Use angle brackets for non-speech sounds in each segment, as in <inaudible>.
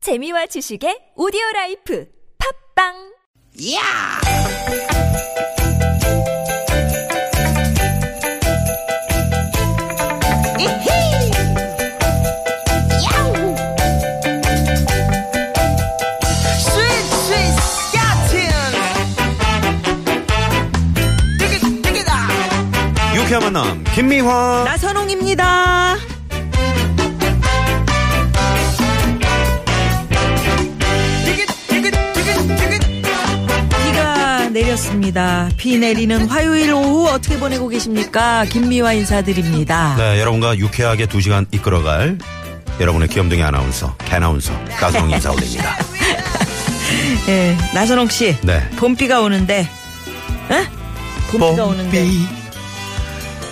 재미와 지식의 오디오 라이프 팝빵 야! 이히! 야우! 스윗 스윗 스틴! 뜨기 뜨기다! 유쾌한 만남 김미화 나선홍입니다. 뜨기 뜨기 뜨기 뜨기 비가 내렸습니다. 비 내리는 화요일 오후 어떻게 보내고 계십니까? 김미화 인사드립니다. 네 여러분과 유쾌하게 두시간 이끌어갈 여러분의 귀염둥이 아나운서 개나운서 가수홍 인사 <laughs> 올립니다 예, 나선홍 씨. 네. 봄비가 오는데. 에? 봄비가 오는데.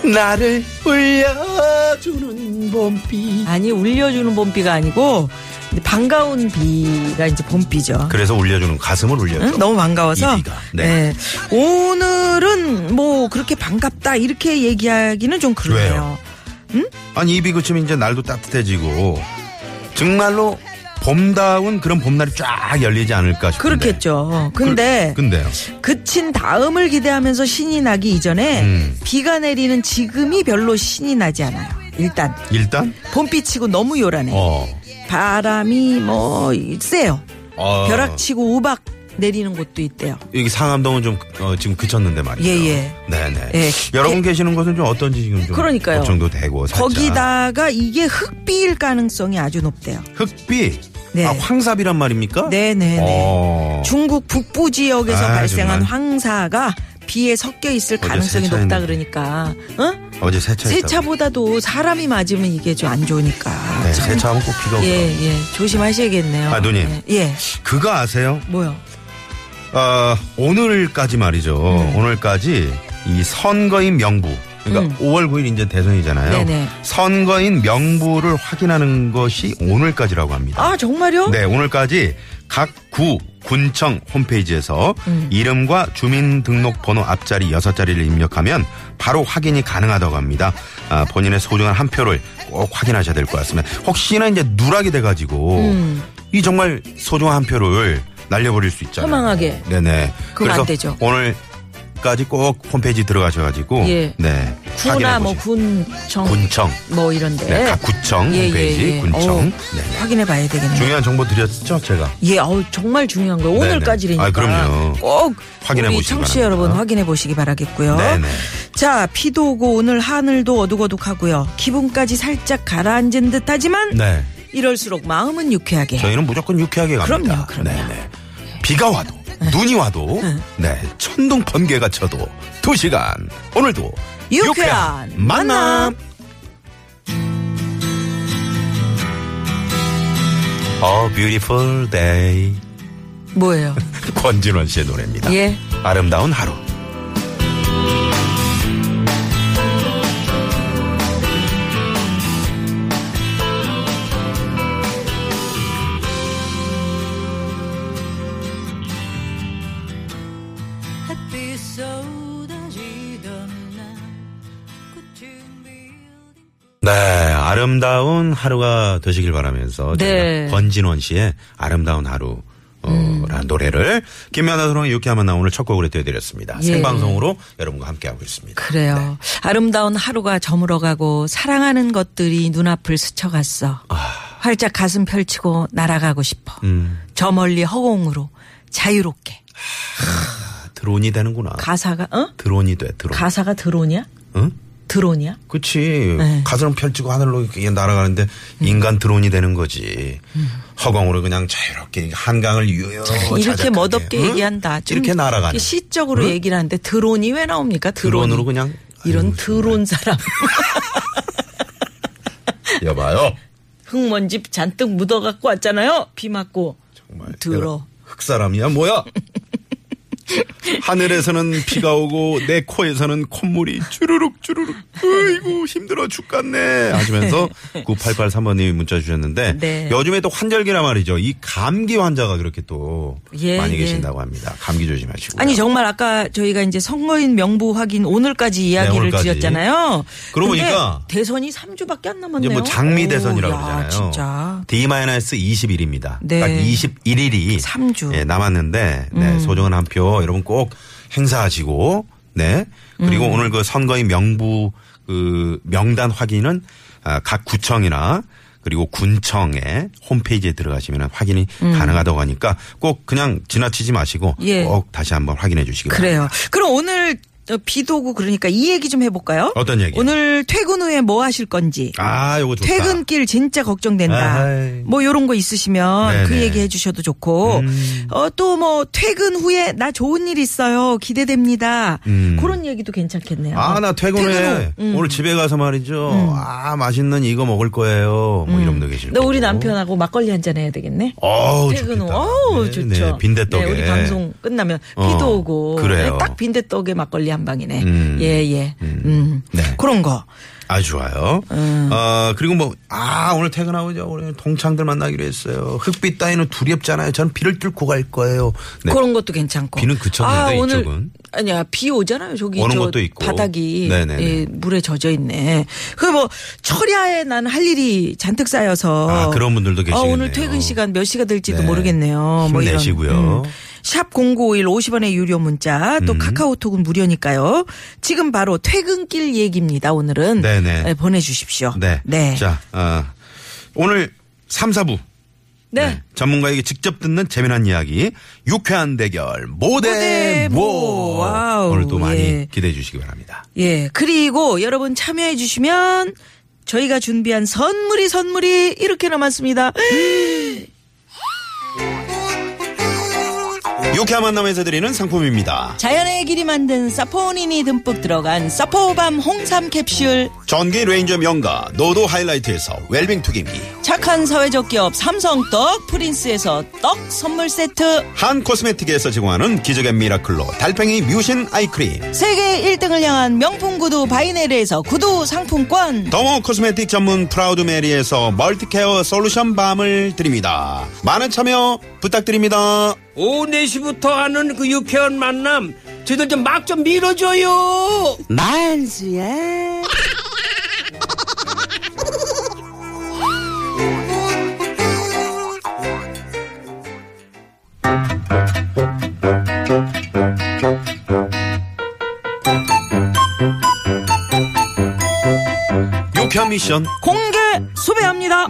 나를 울려주는 봄비 아니 울려주는 봄비가 아니고 이제 반가운 비가 이제 봄비죠. 그래서 울려주는 가슴을 울려줘 응? 너무 반가워서. 그렇죠. 이 비가. 네. 예. 오늘은 뭐 그렇게 반갑다 이렇게 얘기하기는 좀 그러네요. 왜요? 아니 입이 그치면 이제 날도 따뜻해지고 정말로 봄다운 그런 봄날이 쫙 열리지 않을까 싶은데 그렇겠죠. 근데 그, 근데요 그친 다음을 기대하면서 신이 나기 이전에 음. 비가 내리는 지금이 별로 신이 나지 않아요. 일단 일단 봄비치고 너무 요란해. 예. 어, 바람이 뭐 이- 세요. 어 벼락치고 우박 내리는 곳도 있대요. 여기 상암동은 좀 어, 지금 그쳤는데 말이죠 예, 예. 네네 예. 여러분 계시는 곳은 좀 어떤지 지금 좀 그러니까요. 걱정도 되고 어, 살짝. 거기다가 이게 흙비일 가능성이 아주 높대요. 흑비. 네. 아, 황삽이란 말입니까? 네네네. 어. 중국 북부 지역에서 아, 발생한 정말. 황사가 비에 섞여 있을 어제 가능성이 세차했는데. 높다 그러니까. 응? 어제 세차. 세차보다도 사람이 맞으면 이게 좀 안 좋으니까. 네, 참. 세차하면 꼭 비가 오고. 예, 예. 조심하셔야겠네요. 아, 누님. 예. 예. 그거 아세요? 뭐요? 어, 오늘까지 말이죠. 음. 오늘까지 이 선거인 명부. 그러니까 5월 9일 이제 대선이잖아요. 음. 네네. 선거인 명부를 확인하는 것이 오늘까지라고 합니다. 아, 정말요? 네, 오늘까지 각 구, 군청 홈페이지에서 음. 이름과 주민등록번호 앞자리 여섯 자리를 입력하면 바로 확인이 가능하다고 합니다. 아, 본인의 소중한 한 표를 꼭 확인하셔야 될 것 같습니다. 혹시나 이제 누락이 돼가지고 음. 이 정말 소중한 한 표를 날려버릴 수 있잖아요. 허망하게. 네네. 그건 래서 안 되죠. 오늘 까지 꼭 홈페이지 들어가셔가지고 예. 네 구나 뭐 확인해보시- 군청 군청 뭐 이런데. 네, 각 구청 예, 홈페이지 예, 예. 군청 어우, 네네. 확인해 봐야 되겠네요. 중요한 정보 드렸죠 제가 예, 어우, 정말 중요한 거예요. 네네. 오늘까지니까. 아, 그럼요. 꼭 확인해 우리 보시기 청취자 바랍니다. 여러분 확인해 보시기 바라겠고요. 네네. 자, 비도 오고 오늘 하늘도 어둑어둑하고요. 기분까지 살짝 가라앉은 듯하지만 네 이럴수록 마음은 유쾌하게. 저희는 무조건 유쾌하게 갑니다. 그럼요, 그럼요. 네네. 비가 와도 눈이 와도 네 천둥 번개가 쳐도 두 시간 오늘도 유쾌한 만남. 어 뷰티풀 데이 뭐예요? 권진원 씨의 노래입니다. 예. 아름다운 하루. 햇빛 쏟아지던 날 네, 아름다운 하루가 되시길 바라면서 네. 저희가 권진원 씨의 아름다운 하루 어, 음. 라는 노래를 김연아 소롱의 유쾌한 만남 오늘 첫 곡으로 띄워드렸습니다. 예. 생방송으로 여러분과 함께하고 있습니다. 그래요. 아름다운 하루가 저물어가고 사랑하는 것들이 눈앞을 스쳐갔어. 아. 활짝 가슴 펼치고 날아가고 싶어. 음. 저 멀리 허공으로 자유롭게. 아, 드론이 되는구나. 가사가 어? 드론이 돼, 드론. 가사가 드론이야? 응? 드론이야? 그치. 네. 음. 가슴 펼치고 하늘로 이렇게 날아가는데 인간 드론이 되는 거지. 허공으로 그냥 자유롭게 한강을 유유히 이렇게 자작하게. 멋없게 응? 얘기한다. 좀 이렇게 날아가는. 시적으로 얘기를 하는데 드론이 왜 나옵니까? 드론. 드론으로 그냥. 이런 아이고, 정말. 드론 사람. 여봐요. 흙먼지 잔뜩 묻어갖고 왔잖아요. 비 맞고. 정말. 들어. <laughs> 흑사람이야 뭐야? 하늘에서는 비가 오고 내 코에서는 콧물이 주르륵 주르륵 으이구 힘들어 죽겠네 <laughs> 하시면서 9883번님이 문자 주셨는데 네. 요즘에 또 환절기라 말이죠. 이 감기 환자가 그렇게 또 예, 많이 예. 계신다고 합니다. 감기 조심하시고. 아니 정말 아까 저희가 이제 선거인 명부 확인 오늘까지 이야기를 네, 오늘까지. 드렸잖아요. 그러고 근데 보니까 대선이 3주밖에 안 남았네요. 이제 뭐 장미 대선이라고 오, 야, 그러잖아요. 진짜. D-21일입니다. 네. 딱 21일이 예, 삼 주. 음. 남았는데 네, 소중한 한 표 여러분 꼭 행사하시고 네. 음. 그리고 오늘 그 선거인 명부 그 명단 확인은 아, 각 구청이나 그리고 군청의 홈페이지에 들어가시면 확인이 가능하다고 하니까 꼭 그냥 지나치지 마시고 음. 예. 꼭 다시 한번 확인해 주시기 바랍니다. 그래요. 그럼 오늘 어, 비도 오고 그러니까 이 얘기 좀 해볼까요? 어떤 얘기요? 오늘 퇴근 후에 뭐 하실 건지. 아, 요거 좋다. 퇴근길 진짜 걱정된다. 아하이. 뭐 요런 거 있으시면 네네. 음. 그 얘기 해주셔도 좋고 어 또 뭐 퇴근 후에 나 좋은 일 있어요 기대됩니다. 음. 그런 얘기도 괜찮겠네요. 아, 나 퇴근해. 퇴근 후. 음. 오늘 집에 가서 말이죠. 아, 맛있는 이거 먹을 거예요. 뭐 이런 분도 계실 음. 너 거고. 우리 남편하고 막걸리 한 잔 해야 되겠네. 어우, 퇴근 후. 좋겠다. 어우, 네, 좋죠. 네, 빈대떡에. 네, 우리 방송 끝나면 어, 비도 오고. 그래요. 네, 딱 빈대떡에 막걸리 한 방이네. 음. 예, 예. 음. 네. 그런 거. 아, 좋아요. 음. 어, 그리고 뭐, 아, 오늘 퇴근하고 이제 오늘 동창들 만나기로 했어요. 흑빛 따위는 두렵잖아요. 저는 비를 뚫고 갈 거예요. 네. 그런 것도 괜찮고. 비는 그쳤는데, 아, 오늘 이쪽은. 아니야, 비 오잖아요. 저기 오는 저 것도 있고. 바닥이 네네네. 예, 물에 젖어 있네. 그 뭐 철야에 난 할 일이 잔뜩 쌓여서 아, 그런 분들도 아, 계시겠네요. 오늘 퇴근 시간 몇 시가 될지도 네. 모르겠네요. 뭐 이런. 힘내시고요. 음. 샵 0951 50원의 유료 문자 또 카카오톡은 무료니까요. 지금 바로 퇴근길 얘기입니다. 오늘은 네네. 예, 보내주십시오. 네. 네. 자, 어, 오늘 3, 4부. 네. 전문가에게 직접 듣는 재미난 이야기. 유쾌한 대결. 모대 모대 모. 모. 와우. 오늘 또 많이 예. 기대해 주시기 바랍니다. 예 그리고 여러분 참여해 주시면 저희가 준비한 선물이 선물이 이렇게 남았습니다. 유쾌한 만남에서 드리는 상품입니다. 자연의 길이 만든 사포닌이 듬뿍 들어간 사포밤 홍삼 캡슐 전기 레인저 명가 노도 하이라이트에서 웰빙 투김기. 착한 사회적 기업 삼성떡 프린스에서 떡 선물 세트 한 코스메틱에서 제공하는 기적의 미라클로 달팽이 뮤신 아이크림. 세계 1등을 향한 명품 구두 바이네르에서 구두 상품권 더모 코스메틱 전문 프라우드 메리에서 멀티케어 솔루션 밤을 드립니다. 많은 참여 부탁드립니다. 오후 4시부터 하는 그 유쾌한 만남 저희들 좀 막 좀 밀어줘요 유쾌한 미션. 공개 수배합니다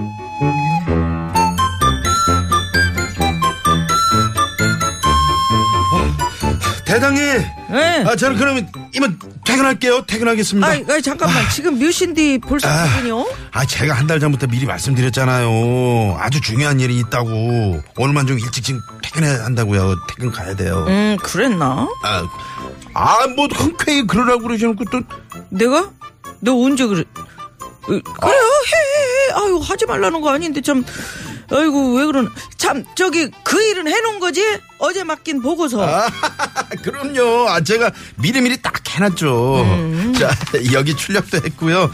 대장님. 예. 아, 저는 그러면 이만 퇴근할게요. 퇴근하겠습니다. 아이, 아이, 잠깐만 지금 뮤신디 벌써 아. 퇴근이요? 아, 제가 한 달 전부터 미리 말씀드렸잖아요. 아주 중요한 일이 있다고. 오늘만 좀 일찍 지금 퇴근해야 한다고요. 퇴근 가야 돼요. 음 그랬나? 아, 아, 뭐 흔쾌히 그러라고 그러셔놓고 또 내가? 너 언제 그래? 으, 그래요 아. 해해해 아유 하지 말라는 거 아닌데 참 아이고 왜 그러나 참 저기 그 일은 해놓은 거지 어제 맡긴 보고서 아, 그럼요. 아, 제가 미리미리 딱 해놨죠. 음. 자, <laughs> 여기 출력도 했고요.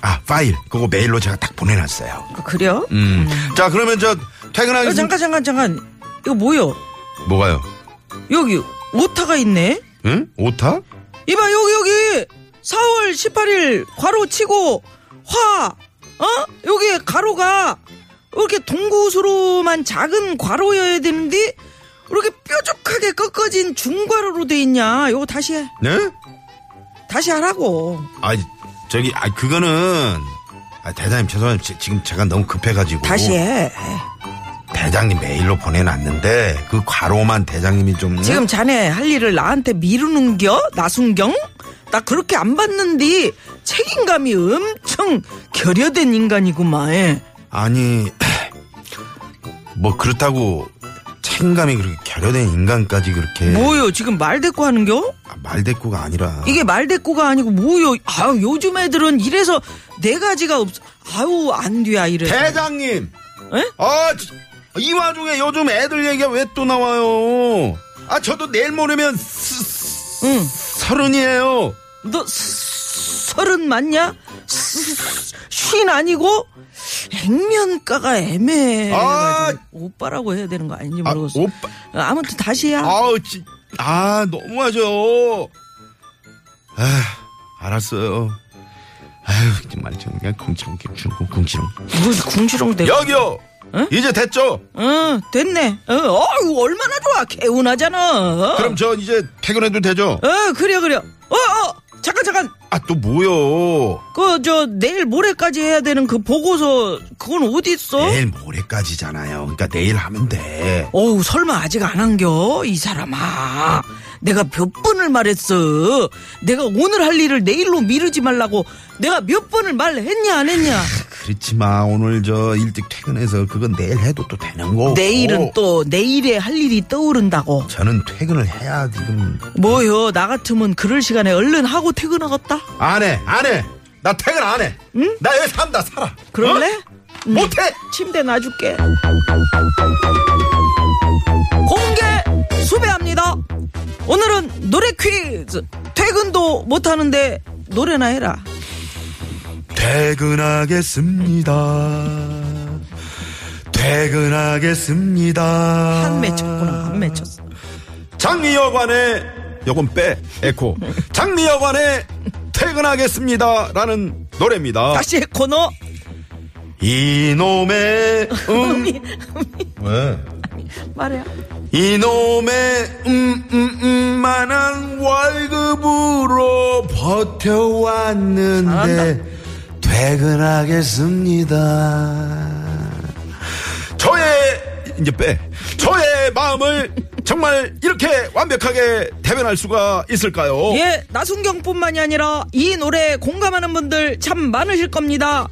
아, 파일. 그거 메일로 제가 딱 보내놨어요. 아, 그래요? 음. 자, 그러면 저 어, 퇴근하기 전- 잠깐 잠깐 잠깐 이거 뭐요? 뭐가요? 여기 오타가 있네 응? 오타? 이봐 여기 여기 4월 18일 괄호 치고 화 어? 여기 가로가 이렇게 동구수로만 작은 괄호여야 되는데 이렇게 뾰족하게 꺾어진 중괄호로 돼 있냐 요거 다시 해 네? 다시 하라고 아, 저기, 아, 그거는. 아, 대장님, 죄송합니다. 지- 지금 제가 너무 급해가지고. 다시 해 대장님 메일로 보내놨는데, 그 과로만 대장님이 좀. 지금 자네 할 일을 나한테 미루는겨 나순경 나 그렇게 안 봤는데 책임감이 엄청 결여된 인간이구만 아니 뭐 그렇다고 책임감이 그렇게 결여된 인간까지 그렇게 뭐요 지금 말 대꾸 하는겨? 아, 말대꾸가 아니라 이게 말대꾸가 아니고 뭐요? 아유 요즘 애들은 이래서 네 가지가 없어. 아유 안 돼야 이래. 대장님 에? 아, 지- 이 와중에 요즘 애들 얘기가 왜 또 나와요 아 저도 내일 모르면 스- 서른이에요. 너 스- 서른 맞냐? 스- 스- 쉰 아니고 액면가가 애매해. 아! 오빠라고 해야 되는 거 아닌지 아, 모르겠어. 오빠. 아, 무튼 다시야. 아우 진. 아 너무하죠. 아 알았어요. 아유 정말 저 그냥 궁치렁 궁치렁 궁치렁. 뭐 궁시렁대. 여기요. 예? 이제 됐죠. 응 됐네. 어, 어우, 얼마나 좋아. 개운하잖아. 어? 그럼 저 이제 퇴근해도 되죠? 어 그래 그래. 어 어. 잠깐 잠깐. 아 또 뭐요? 그 저 내일 모레까지 해야 되는 그 보고서 그건 어디 있어? 내일 모레까지잖아요. 그러니까 내일 하면 돼. 어우 설마 아직 안 한겨 이 사람아 내가 몇 번을 말했어 내가 오늘 할 일을 내일로 미루지 말라고 내가 몇 번을 말했냐 안 했냐 그렇지만 오늘 저 일찍 퇴근해서 그건 내일 해도 또 되는 거. 어. 내일은 또 내일에 할 일이 떠오른다고 저는 퇴근을 해야 지금 뭐요 나 같으면 그럴 시간에 얼른 하고 퇴근하겠다 안 해, 안 해. 나 퇴근 안 해. 나 여기 산다 살아. 그럴래? 어? 못해. 침대 놔줄게 공개 수배합니다 오늘은 노래 퀴즈 퇴근도 못하는데 노래나 해라 퇴근하겠습니다. 퇴근하겠습니다. 아. 한 맺혔구나 한 맺혔어 장미여관의 여건 빼 에코. 장미여관의 퇴근하겠습니다라는 노래입니다. 다시 코너 이놈의 음 <laughs> 음이 왜? 말해요. 이놈의 음, 음음음만한 월급으로 버텨왔는데 퇴근하겠습니다. 저의 이제 빼 저의 마음을 정말 이렇게 완벽하게 대변할 수가 있을까요? 예, 나순경뿐만이 아니라 이 노래에 공감하는 분들 참 많으실 겁니다.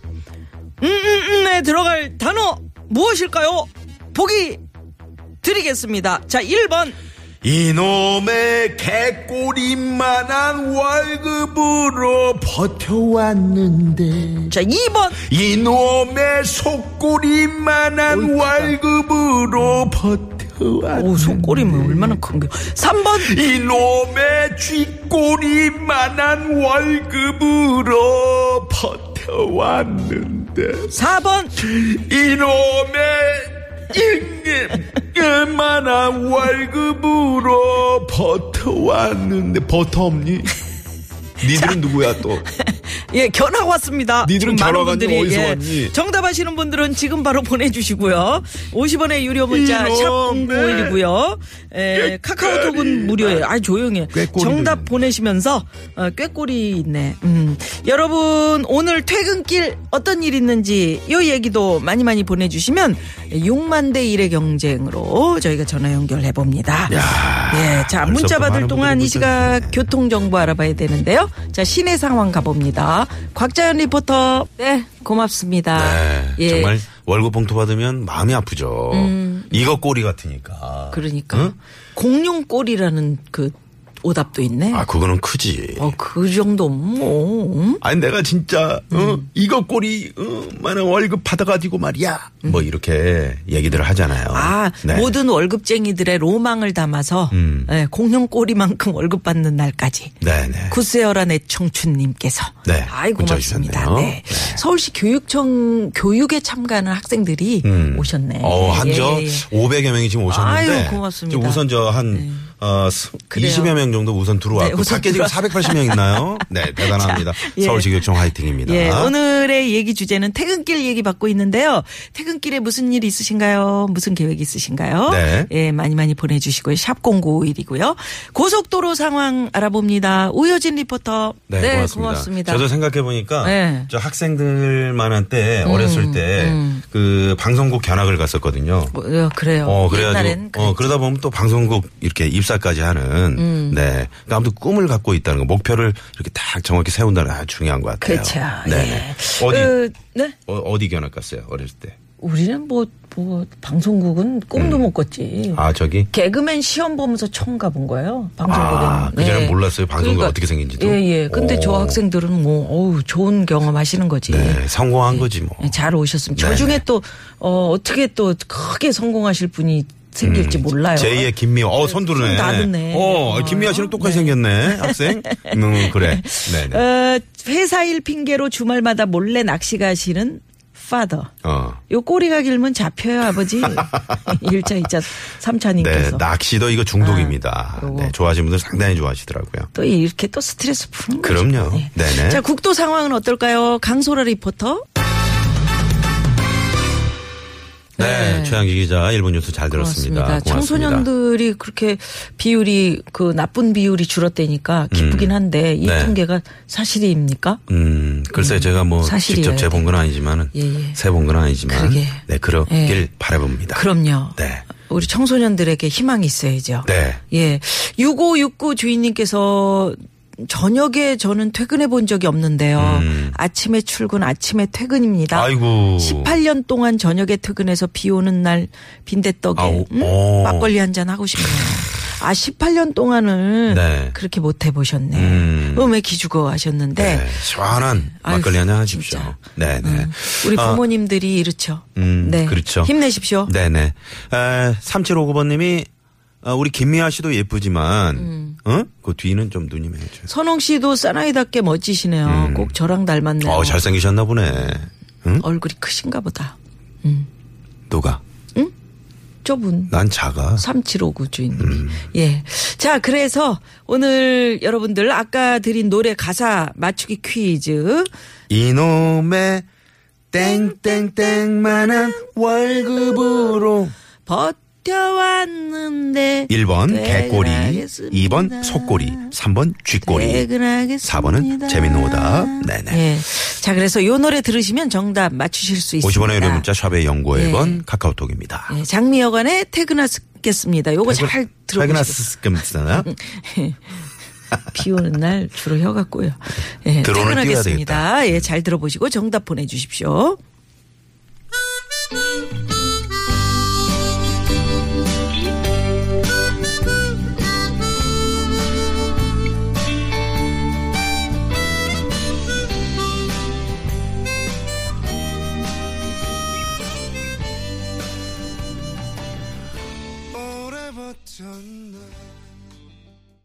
음음음에 들어갈 단어 무엇일까요? 보기 드리겠습니다. 자, 1번 이놈의 개꼬리만한 월급으로 버텨왔는데 자, 2번 이놈의 속꼬리만한 월급으로 버텨왔 오, 속꼬리면 얼마나 큰가 3번 이놈의 쥐꼬리만한 월급으로 버텨왔는데 4번 이놈의 임금만한 월급으로 버텨왔는데 버터 없니? 니들은 누구야 또? 예, 견학 왔습니다. 니들은 지금 많은 견학 왔니? 분들이, 어디서 예, 왔니? 정답하시는 분들은 지금 바로 보내주시고요. 50원의 유료 문자 이놈의 샵0951이고요. 에, 카카오톡은 무료예요. 아 조용해. 요 꾀꼬리를. 정답 보내시면서 어, 꾀꼬리 있네. 음. 여러분 오늘 퇴근길 어떤 일 있는지 요 얘기도 많이 많이 보내주시면 6만 대 1의 경쟁으로 저희가 전화 연결해 봅니다. 예, 자 아, 벌써 문자 또 받을 많은 동안 분들이 이 시각 교통 정보 알아봐야 되는데요. 자 시내 상황 가봅니다. 곽자연 리포터. 네, 고맙습니다. 예, 네, 정말 월급 봉투 받으면 마음이 아프죠. 이거 꼬리 같으니까. 그러니까 응? 공룡 꼴이라는 그 오답도 있네. 아 그거는 크지. 어, 그 정도 뭐. 음? 아니 내가 진짜 어, 이거 꼬리 어, 만한 월급 받아가지고 말이야. 뭐 이렇게 얘기들을 하잖아요. 아, 네. 모든 월급쟁이들의 로망을 담아서 음. 예, 공룡 꼬리만큼 월급 받는 날까지. 네네. 구세어란의 청춘님께서 네, 아이 문자 고맙습니다. 주셨네요. 네. 서울시 교육청 교육에 참가하는 학생들이 음. 오셨네. 어, 한저 예, 예. 500여 명이 지금 오셨는데. 아유, 고맙습니다. 네. 지금 우선 저 한, 어, 스- 그래요. 20여 명 정도 우선 들어왔고. 네, 우선 밖에 지금 480명 있나요? 네, 대단합니다. <laughs> 자, 예. 서울시교육청 화이팅입니다. 예, 오늘의 얘기 주제는 퇴근길 얘기 받고 있는데요. 퇴근길에 무슨 일 있으신가요? 무슨 계획 있으신가요? 네. 예, 많이 많이 보내주시고요. 샵 0951이고요. 고속도로 상황 알아봅니다. 우효진 리포터. 네, 고맙습니다. 저도 생각해보니까 네. 음, 저 학생들만 한때 어렸을 때 그 방송국 견학을 갔었거든요. 어, 그래요. 어, 그래가지고, 옛날엔 어, 그러다 보면 또 방송국 이렇게 입사까지 하는, 음. 네. 그러니까 아무튼 꿈을 갖고 있다는 거, 목표를 이렇게 딱 정확히 세운다는 게 아주 중요한 것 같아요. 그렇죠. 네네. 예. 어디, 그, 네. 어, 어디 견학 갔어요, 어렸을 때? 우리는 뭐, 뭐 방송국은 꿈도 못 꿨지. 아, 저기? 개그맨 시험 보면서 처음 가본 거예요. 방송국은. 아, 그전엔 몰랐어요. 방송국 어떻게 생긴지도. 예, 예. 근데 저 오. 학생들은 뭐, 어우, 좋은 경험 하시는 거지. 예, 네, 성공한 거지 뭐. 잘 오셨습니다. 저 중에 또, 어, 어떻게 또 크게 성공하실 분이 생길지 몰라요. 음, 제2의 김미화. 어, 손두르네. 손 다듬네. 어, 김미화 씨랑 똑같이 생겼네, <laughs> 학생. 음, 그래. 네네. 어, 회사 일 핑계로 주말마다 몰래 낚시 가시는 파더. 어. 요 꼬리가 길면 잡혀요 <laughs> 아버지. 일자 이자 네, 삼차님께서 낚시도 이거 중독입니다. 아, 요거. 네, 좋아하시는 분들 상당히 좋아하시더라고요. 또 이렇게 또 스트레스 푸는 거죠. 그럼요. 네. 네네. 자 국도 상황은 어떨까요? 강소라 리포터. 네, 최양기 기자 일본 뉴스 잘 들었습니다. 고맙습니다. 청소년들이 그렇게 비율이 그 나쁜 비율이 줄었다니까 기쁘긴 한데 이 네. 통계가 사실입니까? 음, 글쎄 제가 뭐 사실이어야 직접 재본 건 아니지만은 예, 예. 세본 건 아니지만 그러게. 네, 그러길 예. 바라봅니다. 그럼요. 네. 우리 청소년들에게 희망이 있어야죠. 네. 예. 6569 주인님께서 저녁에 저는 퇴근해 본 적이 없는데요. 음. 아침에 출근, 아침에 퇴근입니다. 아이고. 18년 동안 저녁에 퇴근해서 비 오는 날 빈대떡에 아우, 어. 음? 오. 막걸리 한 잔 하고 싶네요. 아, 18년 동안은 네. 그렇게 못 해보셨네. 음. 음. 에 기죽어 하셨는데. 네. 시원한 아유, 막걸리 한잔 하십시오. 진짜. 네, 네. 음, 우리 부모님들이 이렇죠. 네. 음, 그렇죠. 힘내십시오. 네네. 에, 3759번님이 어, 우리 김미아 씨도 예쁘지만, 음. 어? 그 뒤는 좀 누님 해줘. 선홍 씨도 사나이답게 멋지시네요. 꼭 저랑 음. 닮았네요. 어? 어, 잘생기셨나 보네. 응? 얼굴이 크신가 보다. 누가? 좁은 난 작아. 3759 주인님. 음. 예. 자, 그래서 오늘 여러분들 아까 드린 노래 가사 맞추기 퀴즈. 이놈의 땡땡땡만한 월급으로. 버텨왔는데 1번 네, 개꼬리, 퇴근하겠습니다. 2번 속꼬리, 3번 쥐꼬리, 퇴근하겠습니다. 4번은 재밌는 오답. 네네. 예. 자, 그래서 요 노래 들으시면 정답 맞추실 수 있습니다. 50원의 유료 문자 샵의 연구 예. 1번 카카오톡입니다. 예, 장미여관의 퇴근하겠습니다. 요거 어, 잘 들어보시고 퇴근하셨으나 비 오는 날 주로 혀가 꼬여. <laughs> 예, 드론을 띄워야 퇴근하겠습니다. 예, 잘 들어보시고 정답 보내주십시오. 음. 오래 버텼나